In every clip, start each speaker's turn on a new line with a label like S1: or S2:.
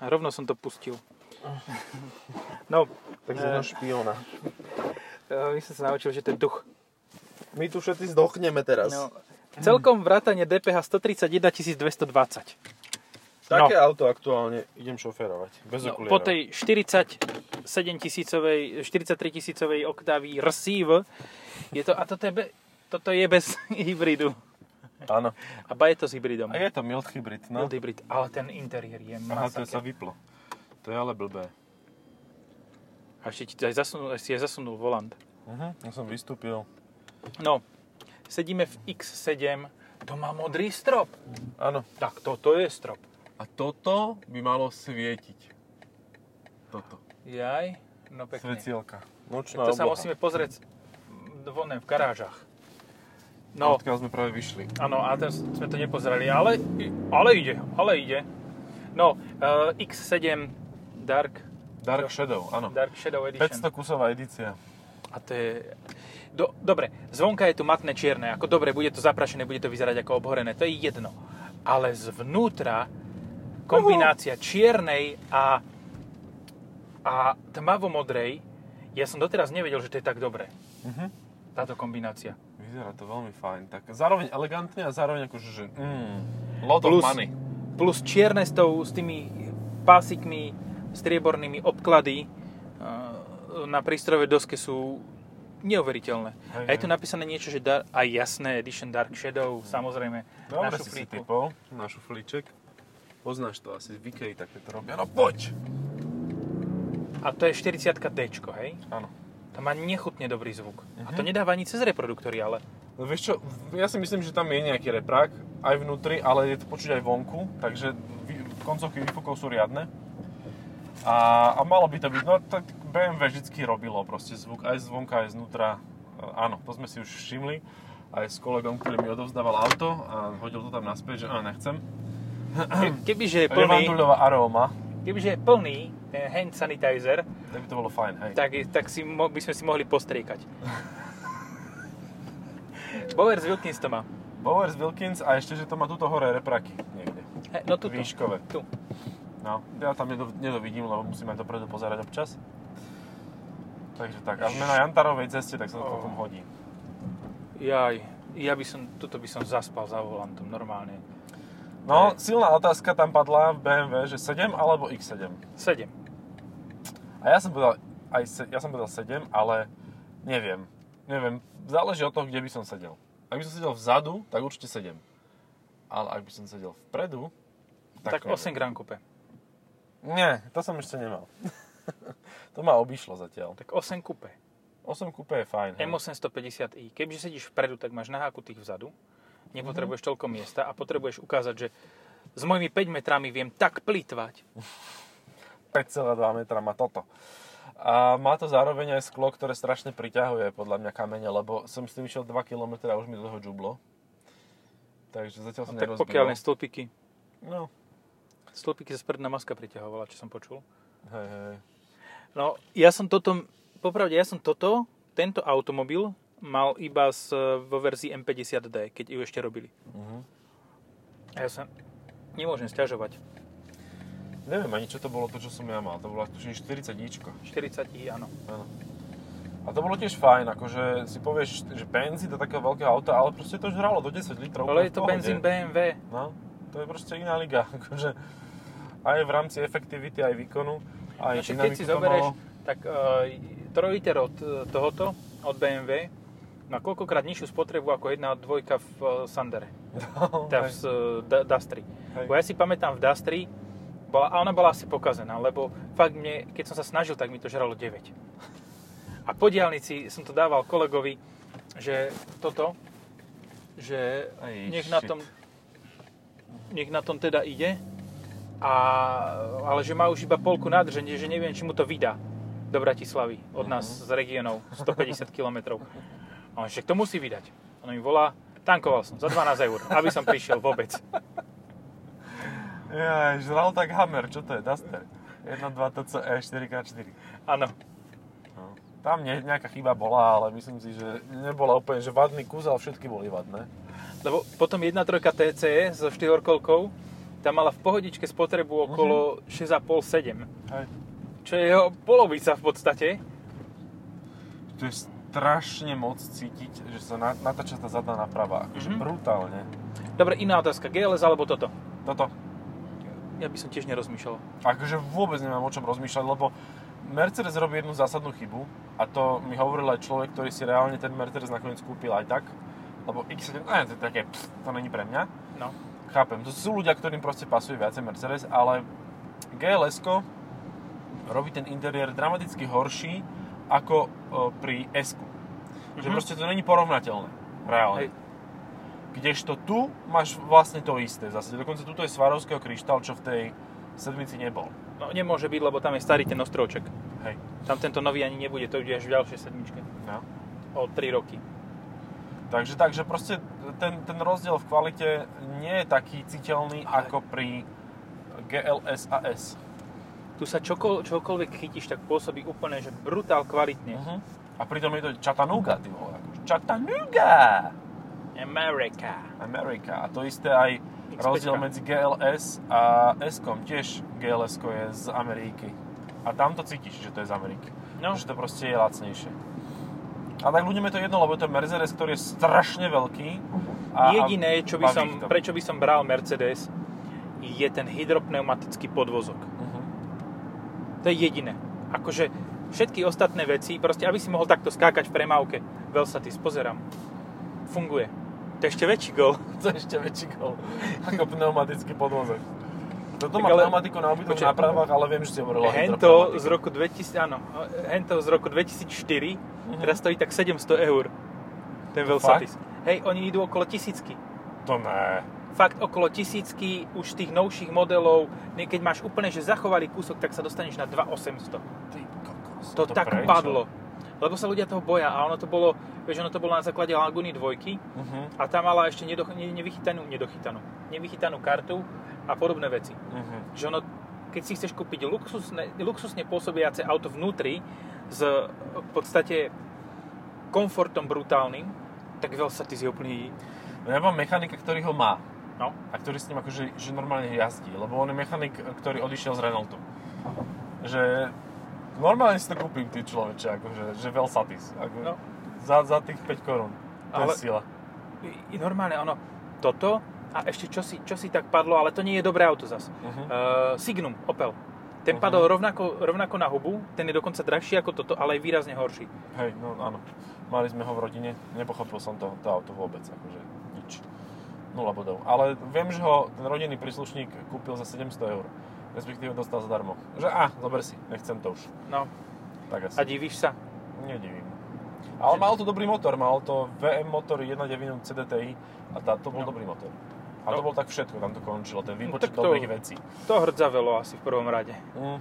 S1: Rovno som to pustil. No,
S2: Tak z
S1: Eh.
S2: jedného špiona.
S1: e, my som sa naučil, že to je duch.
S2: My tu všetci zdochneme teraz.
S1: No, celkom vrátanie DPH 131 220.
S2: Také auto aktuálne idem šoferovať. Bez
S1: No,
S2: no, okulierov.
S1: po tej 47 tisícovej, 43 tisícovej oktávy Receive je to, a toto je, be, toto je bez hybridu.
S2: Áno.
S1: A ba je to s hybridom.
S2: A je to mild hybrid, no.
S1: Mild hybrid, ale ten interiér je
S2: Aha, to
S1: masaker.
S2: sa vyplo. To je ale blbé.
S1: A ešte ti aj zasunul, si aj zasunul volant.
S2: Mhm, ja som vystúpil.
S1: No, sedíme v X7, to má modrý strop.
S2: Áno.
S1: Tak toto je strop.
S2: A toto by malo svietiť. Toto.
S1: Jaj, no pekne.
S2: Svetielka.
S1: Tak
S2: Nočná
S1: to sa
S2: obloha.
S1: musíme pozrieť vonem v garážach. No,
S2: Odkiaľ sme práve vyšli.
S1: Áno, a teraz sme to nepozerali, ale, ale ide, ale ide. No, uh, X7 Dark,
S2: Dark Shadow, áno.
S1: Dark Shadow Edition.
S2: 500 kusová edícia.
S1: A to je... Do, dobre, zvonka je tu matné čierne, ako dobre, bude to zaprašené, bude to vyzerať ako obhorené, to je jedno. Ale zvnútra kombinácia čiernej a, a tmavomodrej, ja som doteraz nevedel, že to je tak dobré,
S2: Mhm.
S1: táto kombinácia.
S2: Vyzerá to veľmi fajn. Tak zároveň elegantne a zároveň akože, že mm, lot
S1: Plus-
S2: of money.
S1: plus čierne s, tou, s tými pásikmi striebornými obklady e, na prístrojovej doske sú neuveriteľné.
S2: Hej,
S1: a je tu
S2: hej.
S1: napísané niečo, že dar, aj jasné, Edition Dark Shadow, samozrejme, na
S2: Dobre si si
S1: šuflíku.
S2: typol na šuflíček. Poznáš to asi, v Ikei také to robia. No poď!
S1: A to je 40 D, hej?
S2: Áno.
S1: To má nechutne dobrý zvuk. A
S2: Mhm.
S1: to nedáva ani cez reproduktory, ale
S2: No vieš čo, ja si myslím, že tam je nejaký reprák aj vnútri, ale je to počuť aj vonku, takže vy- koncovky výfukov sú riadne. A, a malo by to byť, no tak BMW vždycky robilo proste zvuk aj zvonka, aj znútra. E, Áno, to sme si už všimli aj s kolegom, ktorý mi odovzdával auto a hodil to tam naspäť, že a nechcem.
S1: ke- kebyže je plný,
S2: Levandulová aróma,
S1: kebyže je plný ten hand sanitizer,
S2: tak by to bolo fajn, hej.
S1: tak, tak si, mo- by sme si mohli postriekať. Bowers Wilkins to má.
S2: Bowers Wilkins a ešte, že to má tuto hore repraky niekde.
S1: He, no tuto.
S2: Výškové.
S1: Tu.
S2: No, ja tam nedo, nedovidím, lebo musím aj dopredu pozerať občas. Takže tak, a sme na Jantarovej ceste, tak sa to
S1: Oh.
S2: potom hodí.
S1: Jaj, ja by som, toto by som zaspal za volantom normálne.
S2: No,
S1: Hej.
S2: silná otázka tam padla v BMW, že 7 alebo X7.
S1: 7.
S2: A ja som povedal, aj se, ja som povedal 7, ale neviem. Neviem, záleží od toho, kde by som sedel. Ak by som sedel vzadu, tak určite 7. Ale ak by som sedel vpredu,
S1: Tak,
S2: tak, neviem.
S1: 8 Grand Coupe.
S2: Nie, to som ešte nemal. to ma obišlo zatiaľ.
S1: Tak 8 Coupe.
S2: 8 kúpe je fajn. hej.
S1: M850i. Keďže sedíš vpredu, tak máš naháku tých vzadu. Nepotrebuješ toľko miesta a potrebuješ ukázať, že s mojimi 5 metrami viem tak plýtvať.
S2: 5,2 metra má toto. A má to zároveň aj sklo, ktoré strašne priťahuje podľa mňa kamene, lebo som s tým išiel 2 km a už mi do toho džublo. Takže zatiaľ som
S1: No Tak
S2: nerozbil.
S1: pokiaľ len stĺpiky.
S2: No,
S1: Stĺpiky sa spredná maska priťahovala, čo som počul.
S2: hej, hej.
S1: No, ja som toto, popravde, ja som toto, tento automobil mal iba s, vo verzii M50D, keď ju ešte robili.
S2: Mhm.
S1: A ja sa nemôžem sťažovať.
S2: Neviem ani, čo to bolo to, čo som ja mal. To bola tuším 40 díčko.
S1: 40 i, áno.
S2: Áno. A to bolo tiež fajn, akože si povieš, že benzín do takého veľkého auta, ale proste to žralo do 10 litrov.
S1: Ale je
S2: úplne v
S1: to
S2: pohode.
S1: benzín BMW.
S2: No, to je proste iná liga. Akože aj v rámci efektivity, aj výkonu, aj
S1: No, však keď
S2: dynamiku
S1: si
S2: to
S1: zoberieš,
S2: malo.
S1: tak e, trojiter od e, tohoto, od BMW, má koľkokrát nižšiu spotrebu ako jedna dvojka v e, Sandere, teda v
S2: No, Hej,
S1: s- D- Dastri.
S2: hej.
S1: Bo ja si pamätám v Dastri, bola, a ona bola asi pokazená, lebo fakt mne, keď som sa snažil, tak mi to žralo 9. A po diálnici som to dával kolegovi, že toto, že
S2: Aj,
S1: nech na
S2: shit.
S1: tom nech na tom teda ide a, ale že má už iba polku nádrženie, že neviem, či mu to vydá do Bratislavy, od nás z regionov 150 km. A on, že to musí vydať. Ono mi volá, tankoval som za 12 eur, aby som prišiel vôbec.
S2: Jaj, žral tak Hammer, čo to je? Duster. 1.2 TCE 4x4.
S1: Áno.
S2: No. Tam nie, nejaká chyba bola, ale myslím si, že nebola úplne, že vadný kus, ale všetky boli vadné.
S1: Lebo potom 1.3 TCE so 4 kolkou E tá mala v pohodičke spotrebu okolo 6,5-7,
S2: Hej.
S1: čo je jeho polovica v podstate.
S2: To je strašne moc cítiť, že sa na, natáča tá zadná naprava. Akože
S1: Mhm.
S2: brutálne.
S1: Dobre, iná otázka, GLS alebo toto?
S2: Toto.
S1: Ja by som tiež nerozmýšľal.
S2: Akože vôbec nemám o čom rozmýšľať, lebo Mercedes robí jednu zásadnú chybu a to mi hovoril aj človek, ktorý si reálne ten Mercedes nakoniec kúpil aj tak, lebo X7, ne, to je také, pst, to není pre mňa.
S1: No.
S2: Chápem, to sú ľudia, ktorým proste pasuje viacej Mercedes, ale gls robí ten interiér dramaticky horší ako e, pri s Že
S1: Mhm.
S2: proste to není porovnateľné,
S1: No, Hej.
S2: reálne. Kdežto tu máš vlastne to isté zase. Dokonca tuto je Swarovského kryštál, čo v tej sedmici nebol.
S1: No nemôže byť, lebo tam je starý ten ostrovček.
S2: Hej.
S1: Tam tento nový ani nebude, to ide až v ďalšej sedmičke.
S2: No.
S1: O 3 roky.
S2: Takže, takže proste ten, ten rozdiel v kvalite nie je taký citeľný
S1: Ale-
S2: ako pri GLS a S.
S1: Tu sa čokol, čokoľvek chytíš, tak pôsobí úplne, že brutál kvalitne.
S2: Mhm. A pritom je to Chattanooga, ty vole. akože Chattanooga!
S1: America.
S2: Amerika. A to isté aj
S1: X5.
S2: rozdiel medzi GLS a s Tiež gls je z Ameriky. A tam to cítiš, že to je z Ameriky.
S1: No.
S2: Že to proste je lacnejšie. A tak ľuďom je to jedno, lebo je to Mercedes, ktorý je strašne veľký. A,
S1: Mhm. Jediné, čo by
S2: baví
S1: som,
S2: ich to.
S1: prečo by som bral Mercedes, je ten hydropneumatický podvozok.
S2: Mhm.
S1: To je jediné. Akože všetky ostatné veci, proste aby si mohol takto skákať v premávke. Velsatis, pozerám. Funguje. To je ešte väčší gol.
S2: To je ešte väčší gol. Ako pneumatický podvozok. Toto
S1: Tak
S2: má
S1: ale-
S2: pneumatiku na obytoch
S1: Počkaj.
S2: nápravách, ale viem, že si hovorila o
S1: Hento z roku 2000, áno, hento z roku 2004,
S2: Mhm.
S1: teraz stojí tak 700 eur. Ten Velsatis. Hej, oni idú okolo tisícky.
S2: To ne.
S1: Fakt okolo tisícky už tých novších modelov, ne- keď máš úplne, že zachovali kúsok, tak sa dostaneš na 2800.
S2: Ty kokos.
S1: To, to tak
S2: prečo?
S1: padlo. Lebo sa ľudia toho boja a ono to bolo, vieš, ono to bolo na základe Laguny dvojky
S2: Mhm,
S1: a tá mala ešte nedoch- ne- nevychytanú, nedochytanú, nevychytanú kartu a podobné veci.
S2: mhm.
S1: Že ono, keď si chceš kúpiť luxusne, luxusne pôsobiace auto vnútri s e, v podstate komfortom brutálnym, tak Velsatis je úplný,
S2: No ja mám mechanika, ktorý ho má
S1: no,
S2: a ktorý s ním akože že normálne jazdí, lebo on je mechanik, ktorý odišiel z Renaultu. Že normálne si to kúpim, ty človeče, akože, že Velsatis. Ako,
S1: No.
S2: za, za tých 5 korún. To
S1: Ale-
S2: je sila.
S1: I- normálne ono, toto a ešte čo si, čo si tak padlo, ale to nie je dobré auto zas.
S2: Mhm.
S1: Uh, Signum, Opel. Ten
S2: Mhm.
S1: padol rovnako, rovnako na hubu, ten je dokonca drahší ako toto, ale aj výrazne horší.
S2: Hej, no áno. Mali sme ho v rodine, nepochopil som to, to auto vôbec, akože nič. Nula bodov. Ale viem, že ho ten rodinný príslušník kúpil za 700 eur. Respektíve dostal zadarmo. Že a, zober si, nechcem to už.
S1: No, a
S2: Tak asi.
S1: divíš sa?
S2: Nedivím. Ale mal to dobrý motor, mal to VM motor 1.9 CDTI a tá, to bol
S1: No.
S2: dobrý motor. A to
S1: No.
S2: bol tak všetko, tam to končilo, ten
S1: No,
S2: výpočet
S1: tak to-
S2: dobrých vecí.
S1: To hrdzavelo asi v prvom rade.
S2: Mm,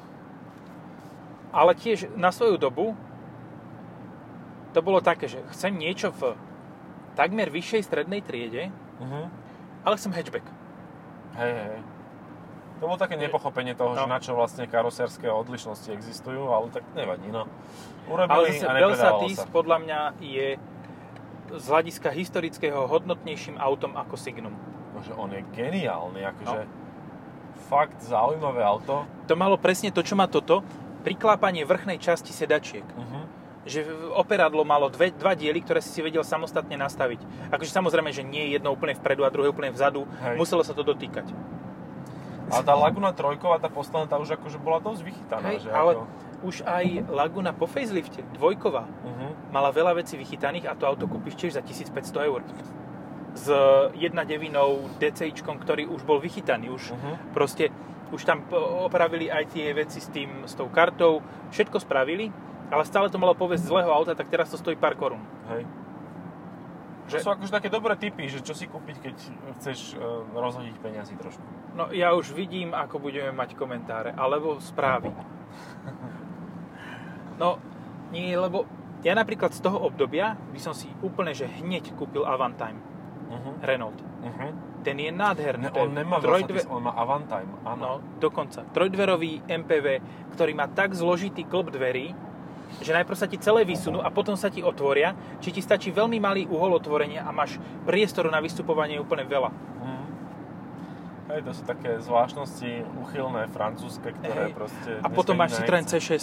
S1: Ale tiež na svoju dobu to bolo také, že chcem niečo v takmer vyššej strednej triede,
S2: mhm.
S1: ale chcem hatchback.
S2: Hej, hej. hej. To bolo také nepochopenie toho,
S1: No.
S2: že na čo vlastne karosérske odlišnosti existujú, ale tak nevadí, no.
S1: Ale
S2: Urobili
S1: zase
S2: a nepredávalo
S1: Velsatis
S2: sa.
S1: podľa mňa je z hľadiska historického hodnotnejším autom ako Signum.
S2: Bože, on je geniálny, akože
S1: No.
S2: fakt zaujímavé auto.
S1: To malo presne to, čo má toto, priklápanie vrchnej časti sedačiek.
S2: Mhm.
S1: Že v- operadlo malo dve, dva diely, ktoré si si vedel samostatne nastaviť. Akože samozrejme, že nie je jedno úplne vpredu a druhé úplne vzadu.
S2: Hej.
S1: Muselo sa to dotýkať.
S2: A tá Laguna trojková, tá posledná, tá už akože bola dosť vychytaná.
S1: Hej,
S2: že
S1: ale
S2: Ako,
S1: už aj Laguna po facelifte, dvojková,
S2: mhm.
S1: mala veľa vecí vychytaných a to auto kúpiš tiež za 1500 eur. S 1.9 DCI, ktorý už bol vychytaný, už
S2: Mhm.
S1: proste, už tam p- opravili aj tie veci s, tým, s tou kartou, všetko spravili, ale stále to malo povesť zlého auta, tak teraz to stojí pár korún.
S2: Hej. Že...
S1: Že-
S2: To sú akože také dobré typy, že čo si kúpiť, keď chceš e, rozhodiť peniazy trošku.
S1: No ja už vidím, ako budeme mať komentáre, alebo správy. No, nie, lebo ja napríklad z toho obdobia by som si úplne, že hneď kúpil Avantime
S2: Mhm.
S1: Renault.
S2: Mhm.
S1: Ten je nádherný.
S2: Ne,
S1: to je
S2: on nemá
S1: trojdve-
S2: Velsatis, on má Avantime, áno.
S1: No, dokonca. Trojdverový MPV, ktorý má tak zložitý klop dverí, že najprv sa ti celé vysunú a potom sa ti otvoria, či ti stačí veľmi malý uhol otvorenia a máš priestoru na vystupovanie úplne veľa.
S2: Mhm. Hej, to sú také zvláštnosti uchylné francúzske, ktoré
S1: Hej.
S2: proste...
S1: A
S2: dneska
S1: potom
S2: nikto
S1: máš Citroen
S2: nechce.
S1: C6.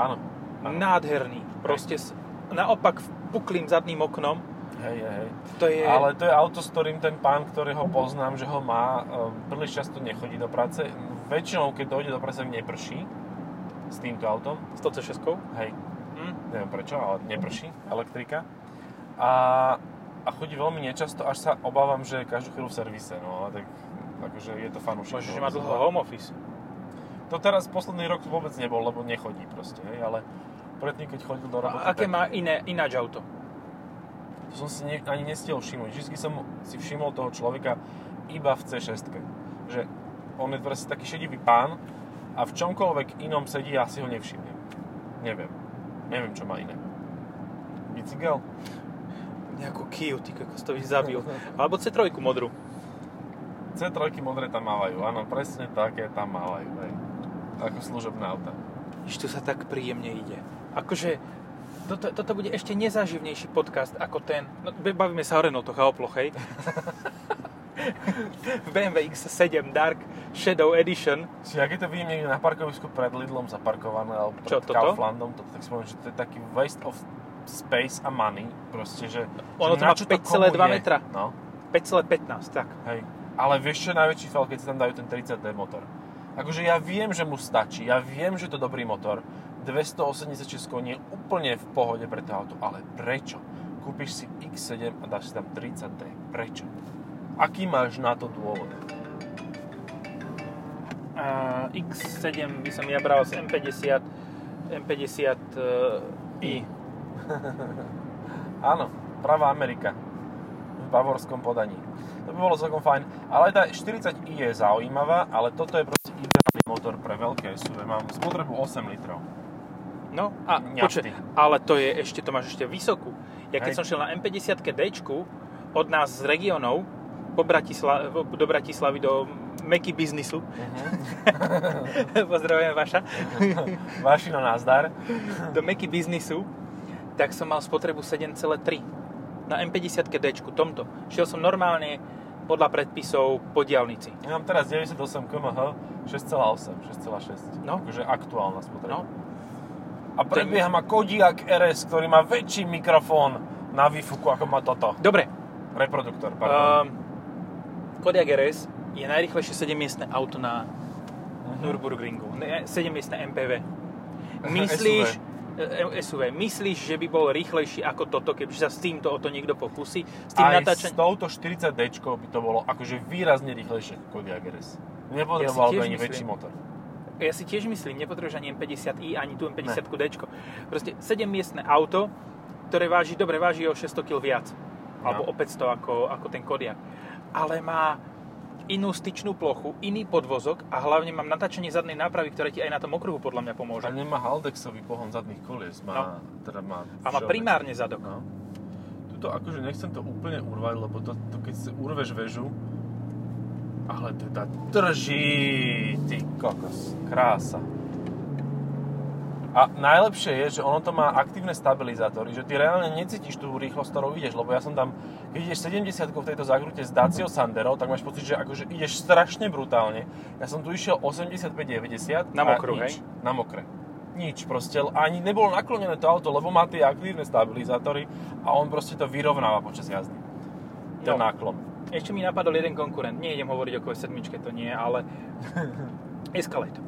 S2: Áno. áno.
S1: Nádherný. Proste s, naopak v puklým zadným oknom.
S2: Hej, hej, hej.
S1: To je...
S2: Ale to je auto, s ktorým ten pán, ktorý ho poznám, že ho má, ehm, príliš často nechodí do práce. Väčšinou, keď dojde do práce, neprší s týmto autom.
S1: 106
S2: Hej,
S1: hm?
S2: neviem prečo, ale neprší elektrika. A, a chodí veľmi nečasto, až sa obávam, že každú chvíľu v servise. No ale tak akože je to fanúšik.
S1: Bože,
S2: no,
S1: že má
S2: to
S1: dlho
S2: znamená-
S1: home office.
S2: To teraz posledný rok vôbec nebol, lebo nechodí proste, hej, ale predtým, keď chodil do roboty,
S1: A aké
S2: tak-
S1: má iné, ináč auto?
S2: To som si ne, ani nestihol všimnúť. Vždy som si všimol toho človeka iba v C6. Že on je proste taký šedivý pán a v čomkoľvek inom sedí, ja si ho nevšimnem. Neviem. Neviem, čo má iné. Bicykel?
S1: Nejakú Kia, ty kokos, to by si zabil. Alebo C3 modrú.
S2: C3 modré tam mávajú. Áno, presne také tam mávajú. Hej. Ako služobná auta.
S1: Iš tu sa tak príjemne ide. Akože, toto, toto bude ešte nezáživnejší podcast ako ten. No, be- bavíme sa o Renaultoch a Oploch, hej? v BMW X7 Dark Shadow Edition.
S2: Či ak je to vidím niekde na parkovisku pred Lidlom zaparkované, alebo pred
S1: Čo, toto?
S2: Kauflandom, to, tak si poviem, že to je taký waste of space a money. Proste, že...
S1: Ono
S2: že
S1: to
S2: na
S1: má
S2: čo komu
S1: 5,2
S2: je?
S1: metra.
S2: No.
S1: 5,15, tak.
S2: Hej. Ale vieš, čo je najväčší fail, keď si tam dajú ten 30D motor? Akože ja viem, že mu stačí, ja viem, že to je dobrý motor. 286 koní je úplne v pohode pre to auto, ale prečo? Kúpiš si X7 a dáš si tam 30D. Prečo? Aký máš na to dôvod?
S1: A X7 by som ja bral z M50, M50 e, i.
S2: Áno, pravá Amerika. V bavorskom podaní. To by bolo celkom fajn. Ale tá 40i je zaujímavá, ale toto je proste ideálny motor pre veľké SUV. Mám spotrebu 8 litrov.
S1: No a
S2: Ňafty.
S1: počkaj, ale to je ešte, to máš ešte vysokú. Ja keď
S2: Hej.
S1: som šiel na M50 d od nás z regionov po Bratisla- do Bratislavy do Meky biznisu, pozdravujem vaša,
S2: Vašino nazdar.
S1: do Meky biznisu, tak som mal spotrebu 7,3 na M50 d tomto. Šiel som normálne podľa predpisov po diálnici.
S2: Ja mám teraz 98 kmh, 6,8, 6,6.
S1: No.
S2: Akože aktuálna spotreba.
S1: No,
S2: A predbieha ma Kodiak RS, ktorý má väčší mikrofón na výfuku, ako má toto.
S1: dobre,
S2: Reproduktor, pardon.
S1: Um, Kodiaq RS je najrychlejšie 7-miestne auto na Nürburgringu. Ne, 7-miestne MPV. Myslíš, e, SUV. SUV, myslíš, že by bol rýchlejší ako toto, keby sa s týmto o to niekto pokusí? S tým
S2: Aj s
S1: natáčaním?
S2: touto 40D by to bolo akože výrazne rýchlejšie ako Kodiak RS. Nepotreboval by
S1: tiež
S2: ani
S1: myslím.
S2: väčší motor.
S1: Ja si tiež myslím, nepotrebuješ ani M50i, ani tu M50D. Proste 7-miestne auto, ktoré váži, dobre, váži o 600 kg viac. Alebo o
S2: No.
S1: 500 ako, ako ten Kodiaq. Ale má inú styčnú plochu, iný podvozok a hlavne mám natáčanie zadnej nápravy, ktoré ti aj na tom okruhu podľa mňa pomôže.
S2: A nemá Haldexový pohon zadných kolies, má, teda
S1: A má
S2: má všeobecný.
S1: No. primárne zadok.
S2: No. Tuto akože nechcem to úplne urvať, lebo to, to keď si urveš väžu, ale teda drží, ty kokos, krása. A najlepšie je, že ono to má aktívne stabilizátory, že ty reálne necítiš tú rýchlosť, ktorou ideš, lebo ja som tam, keď ideš 70 v tejto zakrute s Dacia Sandero, tak máš pocit, že akože ideš strašne brutálne. Ja som tu išiel 85-90
S1: Na
S2: a
S1: mokrú,
S2: nič,
S1: hej?
S2: Na mokre. Nič proste, ani nebolo naklonené to auto, lebo má tie aktívne stabilizátory a on proste to vyrovnáva počas jazdy. Ten
S1: No.
S2: náklon.
S1: Ešte mi napadol jeden konkurent, nejdem hovoriť o kvs to nie, ale Escalade.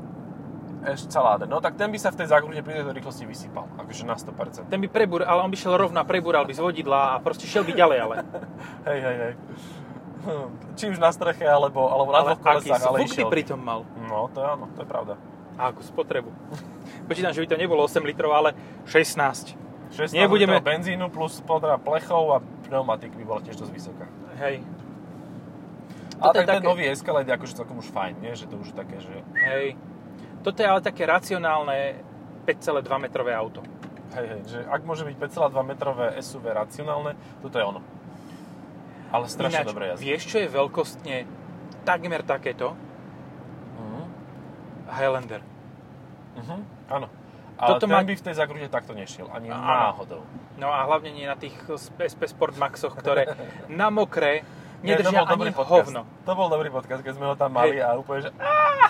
S2: Escalade. No tak ten by sa v tej zákrute pri tejto rýchlosti vysypal. Akože na 100%.
S1: Ten by prebúr, ale on by šiel rovno, a prebúral by z vodidla a proste šiel by ďalej, ale...
S2: Hej, hej, hej. Hm, Či už na streche, alebo, alebo na
S1: ale
S2: dvoch kolesách, ale
S1: zvuk by
S2: išiel. by.
S1: pritom mal
S2: No, to je áno, to je pravda.
S1: a akú spotrebu. Počítam, že by to nebolo 8 litrov, ale 16.
S2: 16
S1: Nebudeme-
S2: litrov benzínu plus podra plechov a pneumatik by bola tiež dosť vysoká.
S1: Hej,
S2: Ale
S1: Toto je
S2: tak ten
S1: také-
S2: nový Escalade je akože celkom už fajn, nie? Že to už je také, že
S1: hej. Toto je ale také racionálne 5,2 metrové auto.
S2: Hej, hej, že ak môže byť 5,2 metrové SUV racionálne, toto je ono. Ale strašne dobre jazdí.
S1: vieš, čo je veľkostne takmer takéto?
S2: Mhm.
S1: Highlander.
S2: Mhm, Áno. Ale
S1: Toto
S2: toto ten
S1: má-
S2: by v tej zakrute takto nešiel, ani
S1: Áno.
S2: náhodou.
S1: No a hlavne nie na tých SP Sport Maxoch, ktoré na mokré Nedržia
S2: to bol dobrý
S1: ani
S2: podcast.
S1: hovno.
S2: To bol dobrý podcast, keď sme ho tam mali
S1: Hej.
S2: a úplne, že "Á!"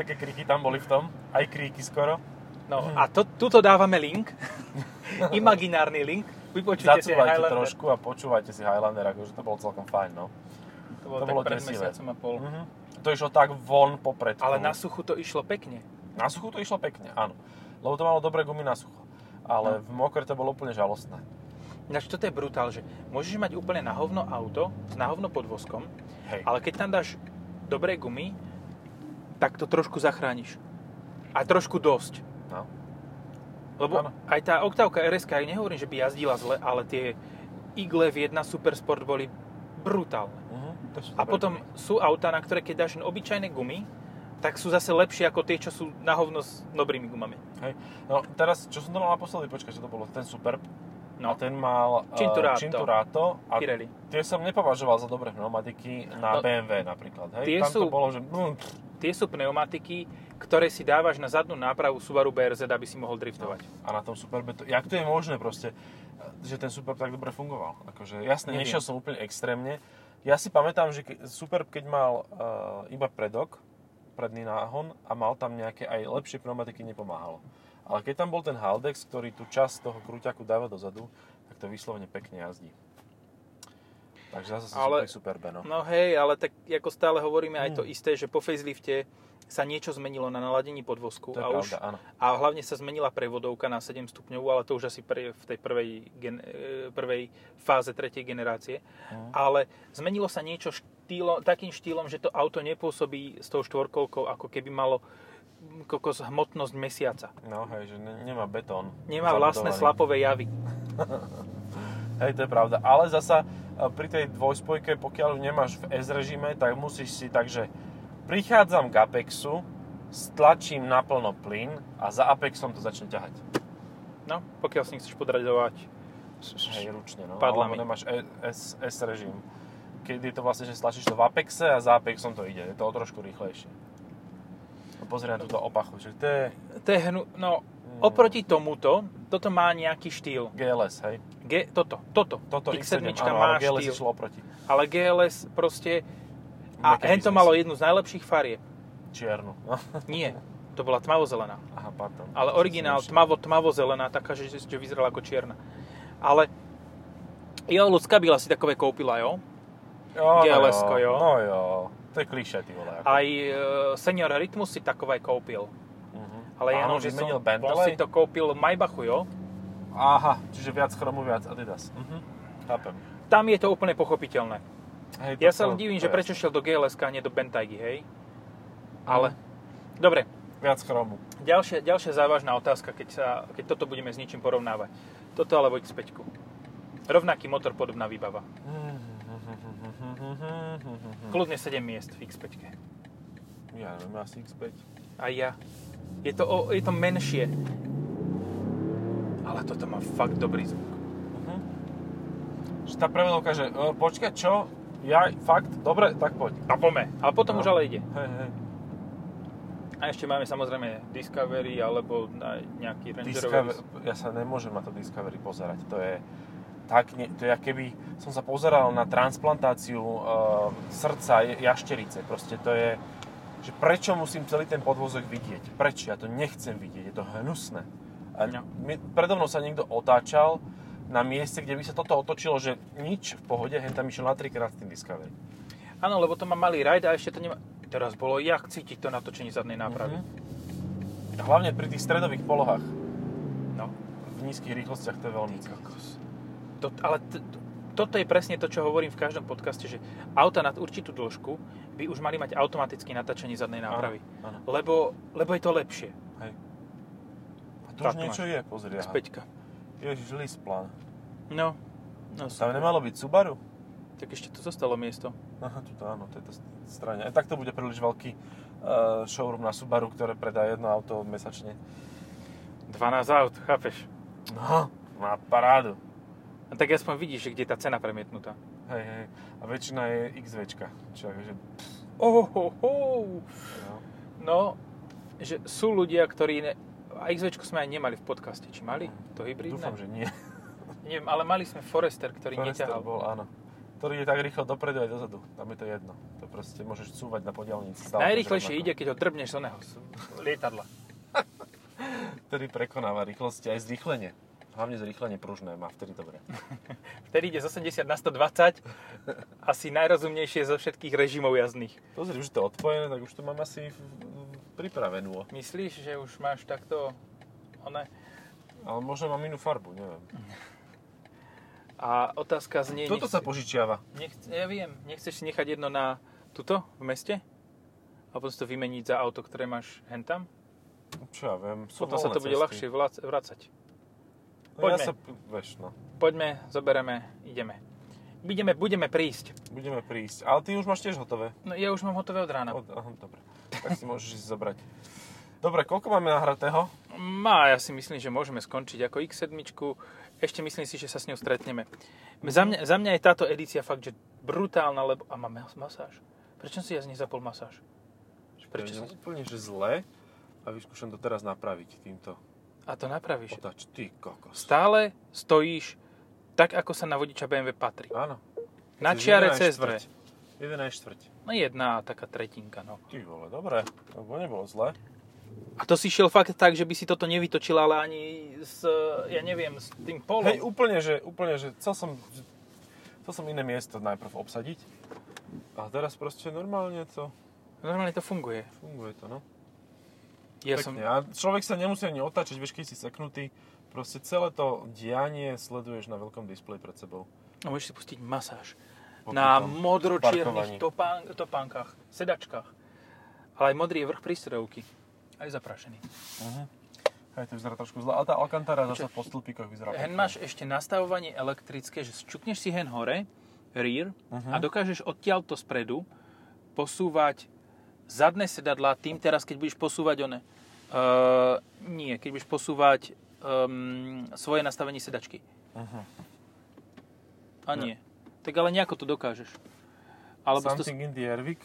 S2: Také kriky tam boli v tom, aj kríky skoro.
S1: No a to, tuto dávame link, imaginárny link. Vypočujte si
S2: Zacúvajte
S1: Highlander.
S2: trošku a počúvajte si Highlander, akože to bolo celkom fajn, no.
S1: To bolo,
S2: To
S1: tak
S2: bolo
S1: pred
S2: desivé.
S1: mesiacom a pol.
S2: Mhm. To išlo tak von popred.
S1: Ale na suchu to išlo pekne.
S2: na suchu to išlo pekne, áno. Lebo to malo dobré gumy na sucho.
S1: No.
S2: Ale v mokre to bolo úplne žalostné.
S1: Ináč toto je brutál, že môžeš mať úplne na hovno auto, s na hovno podvozkom,
S2: Hej.
S1: ale keď tam dáš dobré gumy, tak to trošku zachrániš. A trošku dosť.
S2: No.
S1: Lebo
S2: Áno.
S1: aj tá oktávka RS, ja nehovorím, že by jazdila zle, ale tie Igle v 1 Supersport boli brutálne.
S2: Mhm, to sú
S1: A
S2: dobré
S1: potom
S2: gumy.
S1: sú autá, na ktoré keď dáš len obyčajné gumy, tak sú zase lepšie ako tie, čo sú na hovno s dobrými gumami.
S2: Hej. No teraz, čo som to mal naposledy, počkaj, čo to bolo? Ten Superb.
S1: No,
S2: A ten mal eh,
S1: Cinturato.
S2: Cinturato a
S1: Pirelli.
S2: tie som nepovažoval za dobré pneumatiky
S1: No,
S2: na BMW napríklad. Hej?
S1: tie
S2: Tam
S1: sú-
S2: to bolo, že... mm, pff,
S1: Tie sú pneumatiky, ktoré si dávaš na zadnú nápravu Subaru BRZ, aby si mohol driftovať.
S2: A na tom Superbe to... Jak to je možné proste, že ten Superb tak dobre fungoval? Akože, jasne,
S1: Neviem.
S2: nešiel som úplne extrémne. Ja si pamätám, že ke, Superb, keď mal eh, iba predok, predný náhon a mal tam nejaké aj lepšie pneumatiky, nepomáhalo. Ale keď tam bol ten Haldex, ktorý tú časť toho krúťaku dáva dozadu, tak to vyslovene pekne jazdí. Takže zase som
S1: Ale-
S2: Ale... Superbe, no.
S1: No hej, ale tak ako stále hovoríme aj
S2: Mm.
S1: to isté, že po facelifte sa niečo zmenilo na naladení podvozku
S2: To je
S1: a,
S2: pravda,
S1: už,
S2: áno.
S1: a hlavne sa zmenila prevodovka na 7 stupňov, ale to už asi pre, v tej prvej, gen, e, prvej fáze tretej generácie.
S2: Mm.
S1: Ale zmenilo sa niečo štýlo, takým štýlom, že to auto nepôsobí s tou štvorkolkou, ako keby malo mm, kokos hmotnosť mesiaca.
S2: No hej, že ne, nemá betón.
S1: Nemá
S2: zabudovaný.
S1: vlastné slapové javy.
S2: Hej, to je pravda. Ale zasa e, pri tej dvojspojke, pokiaľ ju nemáš v S režime, tak musíš si, takže prichádzam k Apexu, stlačím naplno plyn a za Apexom to začne ťahať.
S1: No, pokiaľ si nechceš podradovať.
S2: Hej, ručne, no.
S1: Padla
S2: Alebo
S1: mi.
S2: nemáš E- S, S režim. Keď je to vlastne, že stlačíš to v Apexe a za Apexom to ide. Je to o trošku rýchlejšie. No, Pozri na túto opachu, že to je
S1: To je hnu... No,
S2: Hmm.
S1: oproti tomuto, toto má nejaký štýl.
S2: GLS, hej.
S1: G, toto, toto.
S2: Toto
S1: X7
S2: X7, áno,
S1: má
S2: ale GLS
S1: štýl.
S2: išlo oproti.
S1: Ale GLS proste... A
S2: Nejaký
S1: hen to
S2: biznis.
S1: malo jednu z najlepších farieb.
S2: Čiernu. No.
S1: Nie, to bola tmavozelená.
S2: Aha, pardon.
S1: Ale originál tmavo, tmavozelená, taká, že, že vyzerala ako čierna. Ale jo, ľudská byla si takové kúpila, jo?
S2: Jo,
S1: GLS-ko, jo.
S2: No jo. To je klišé, ty vole.
S1: Aj e, senior Rytmus si takové kúpil.
S2: Mhm.
S1: Ale ja
S2: Áno,
S1: že som,
S2: zmenil
S1: on si
S2: Bentley.
S1: to kúpil Maybachu, jo?
S2: Aha, čiže viac chromu, viac Adidas. Mhm. Chápem.
S1: Tam je to úplne pochopiteľné.
S2: Hej,
S1: Ja
S2: to
S1: sa
S2: celé-
S1: len divím,
S2: to
S1: že
S2: je
S1: prečo šiel do GLS a nie do Bentaygy, hej? Ale, dobre,
S2: Mhm. Viac chromu.
S1: ďalšia, ďalšia závažná otázka, keď, sa, keď toto budeme s ničím porovnávať. Toto alebo X5. Rovnaký motor, podobná výbava. Kľudne 7 miest v X5.
S2: Mhm. Ja neviem, asi X5.
S1: Aj ja. Je to, o, je to menšie. Ale toto má fakt dobrý zvuk.
S2: Mhm. Že tá prevodovka, že e, počkaj, čo? Ja, fakt? Dobre, tak poď.
S1: A pome. Ale potom
S2: No.
S1: už ale ide.
S2: Hej, hej.
S1: A ešte máme samozrejme Discovery alebo na- nejaký
S2: Discovery,
S1: Rangerový.
S2: ja sa nemôžem na to Discovery pozerať. To je tak, ne, to je ako keby som sa pozeral na transplantáciu e, srdca je- jašterice. Proste to je, že prečo musím celý ten podvozok vidieť? Prečo? Ja to nechcem vidieť, je to hnusné. A
S1: No.
S2: mi, predo mnou sa niekto otáčal na mieste, kde by sa toto otočilo, že nič v pohode, hen tam išiel na trikrát s tým Discovery.
S1: Áno, lebo to má malý ride a ešte to nemá... Teraz bolo jak cítiť to natočenie zadnej nápravy.
S2: Mhm. Hlavne pri tých stredových polohách,
S1: No.
S2: v nízkych rýchlostiach to je veľmi cítiť.
S1: To, ale t- t- toto je presne to, čo hovorím v každom podcaste, že auta nad určitú dĺžku by už mali mať automaticky natačenie zadnej nápravy.
S2: Áno, áno.
S1: Lebo, lebo je to lepšie.
S2: Hej. A tu
S1: Tak
S2: už
S1: to
S2: niečo je, pozri. aha.
S1: Späťka.
S2: Ježiš, Lisplán.
S1: No. No,
S2: Tam nemalo byť Subaru?
S1: tak ešte tu zostalo miesto.
S2: Aha, tu to áno, to je to strane. Aj tak to bude príliš veľký eh, showroom na Subaru, ktoré predá jedno auto mesačne.
S1: 12 aut, chápeš?
S2: No, má parádu.
S1: A tak aspoň vidíš, že kde je tá cena premietnutá.
S2: Hej, hej. A väčšina je XVčka. Čiže akože,
S1: Oh, oh, oh.
S2: no.
S1: No, že sú ľudia, ktorí... Ne... A XV sme aj nemali v podcaste. Či mali? To hybridné?
S2: Dúfam, že nie.
S1: Neviem, ale mali sme Forester, ktorý
S2: Forester
S1: neťahal.
S2: bol, áno. ktorý ide tak rýchlo dopredu aj dozadu. Tam je to jedno. To proste môžeš cúvať na podielnici stále.
S1: Najrýchlejšie
S2: rovnako.
S1: ide, keď ho drbneš z oného z lietadla.
S2: Ktorý prekonáva rýchlosť aj zrýchlenie. Hlavne zrýchlenie pružné má vtedy dobre.
S1: Vtedy ide z 80 na 120, asi najrozumnejšie zo všetkých režimov jazdných.
S2: Pozri, už je to odpojené, tak už to mám asi v- v- pripravenú.
S1: Myslíš, že už máš takto one?
S2: Ale možno mám inú farbu, neviem.
S1: A otázka znie...
S2: Toto
S1: nech-
S2: sa požičiava.
S1: nechce, Ja viem, nechceš si nechať jedno na tuto v meste? A potom si to vymeniť za auto, ktoré máš hentam?
S2: Čo ja viem, sú
S1: Potom sa
S2: voľné
S1: to bude
S2: cesty.
S1: ľahšie vlác- vracať.
S2: No Ja
S1: Poďme.
S2: sa, p- vieš, no.
S1: Poďme, zobereme, ideme. Ideme, budeme prísť.
S2: Budeme prísť. Ale ty už máš tiež hotové.
S1: No ja už mám hotové od rána.
S2: Od, aha, dobre. Tak si môžeš ísť zobrať. Dobre, koľko máme nahratého?
S1: Má, No, ja si myslím, že môžeme skončiť ako X7. Ešte myslím si, že sa s ňou stretneme. Za mňa, za mňa je táto edícia fakt, že brutálna, lebo... A máme masáž. Prečo si ja z nej zapol masáž? Prečo
S2: To
S1: som...
S2: je úplne, že zle. A vyskúšam to teraz napraviť týmto.
S1: A to napravíš.
S2: Otač, ty kokos.
S1: Stále stojíš tak, ako sa na vodiča BMW patrí.
S2: Áno.
S1: Na
S2: Chceš
S1: čiare
S2: jeden aj
S1: cez
S2: štvrť.
S1: dve.
S2: Jeden aj štvrť.
S1: No jedna taká tretinka, no.
S2: Ty vole, dobre. Lebo nebolo zle.
S1: A to si šiel fakt tak, že by si toto nevytočil, ale ani s, ja neviem, s tým polom.
S2: Hej, úplne, že, úplne, že chcel som, chcel som iné miesto najprv obsadiť. A teraz proste normálne to,
S1: Normálne to funguje.
S2: funguje to, no.
S1: Ja som,
S2: Pekne. A človek sa nemusí ani otáčať, vieš, keď si seknutý. Proste celé to dianie sleduješ na veľkom displeji pred sebou.
S1: a môžeš si pustiť masáž.
S2: Popri
S1: na
S2: tom
S1: modročiernych
S2: parkovaní.
S1: topán, topánkach, sedačkách. Ale aj modrý je vrch prístrojovky. Aj zaprašený.
S2: Mhm. Hej, to vyzerá trošku zle. Ale tá Alcantara
S1: Čo?
S2: zase po stĺpikoch vyzerá
S1: Hen máš ešte nastavovanie elektrické, že čukneš si hen hore, rear, uh-huh. a dokážeš odtiaľto spredu posúvať zadné sedadla tým teraz, keď budeš posúvať one. Uh, nie, keď budeš posúvať um, svoje nastavenie sedačky.
S2: Uh-huh.
S1: A nie. Tak ale nejako to dokážeš. Alebo si to
S2: Something in the Airwick.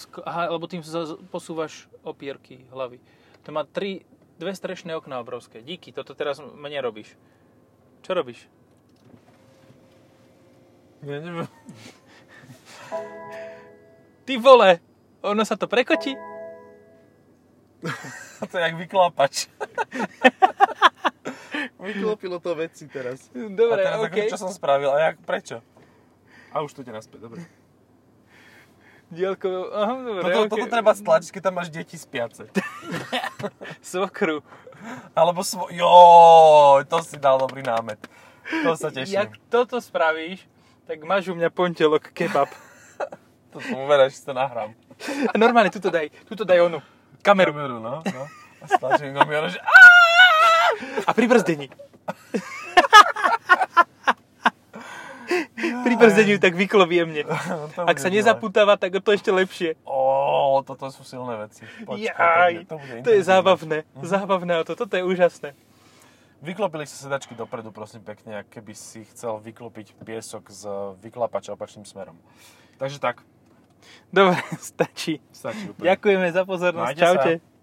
S1: Sk- Aha, lebo tým sa z- posúvaš opierky hlavy. To má tri, dve strešné okná obrovské. Díky, toto teraz mne robíš. Čo robíš?
S2: Ja neviem.
S1: Ty vole! Ono sa to prekotí?
S2: To je jak vyklápač. Vyklopilo to veci teraz.
S1: Dobre,
S2: a teraz
S1: OK.
S2: akože, čo som spravil a jak, prečo? A už to ide naspäť, dobre.
S1: Dielko... Aha, dobre,
S2: Toto,
S1: okay.
S2: toto treba stlačiť, keď tam máš deti spiace.
S1: Svokru.
S2: Alebo svo... Jo, to si dal dobrý námet. To sa teším.
S1: Jak toto spravíš, tak máš u mňa pondelok kebab.
S2: To som uveril, že si to nahrám.
S1: A normálne, tuto daj, tuto daj onu. Kameru.
S2: Kameru, no. no. A stlačím gomiona, že...
S1: A pri brzdení. pri brzdeniu tak vyklobie mne.
S2: no
S1: Ak sa nezaputáva, tak to ešte lepšie.
S2: Ó, toto sú silné veci. Počkaj,
S1: Jaj,
S2: to, bude, to, bude
S1: to je
S2: intenzívne. Mhm.
S1: zábavné, zábavné auto, toto je úžasné.
S2: Vyklopili sa sedačky dopredu, prosím pekne, ak keby si chcel vyklopiť piesok z vyklapača opačným smerom. Takže tak,
S1: Dobre, stačí.
S2: stačí úplne.
S1: Ďakujeme za pozornosť,
S2: Majte sa.
S1: čaute.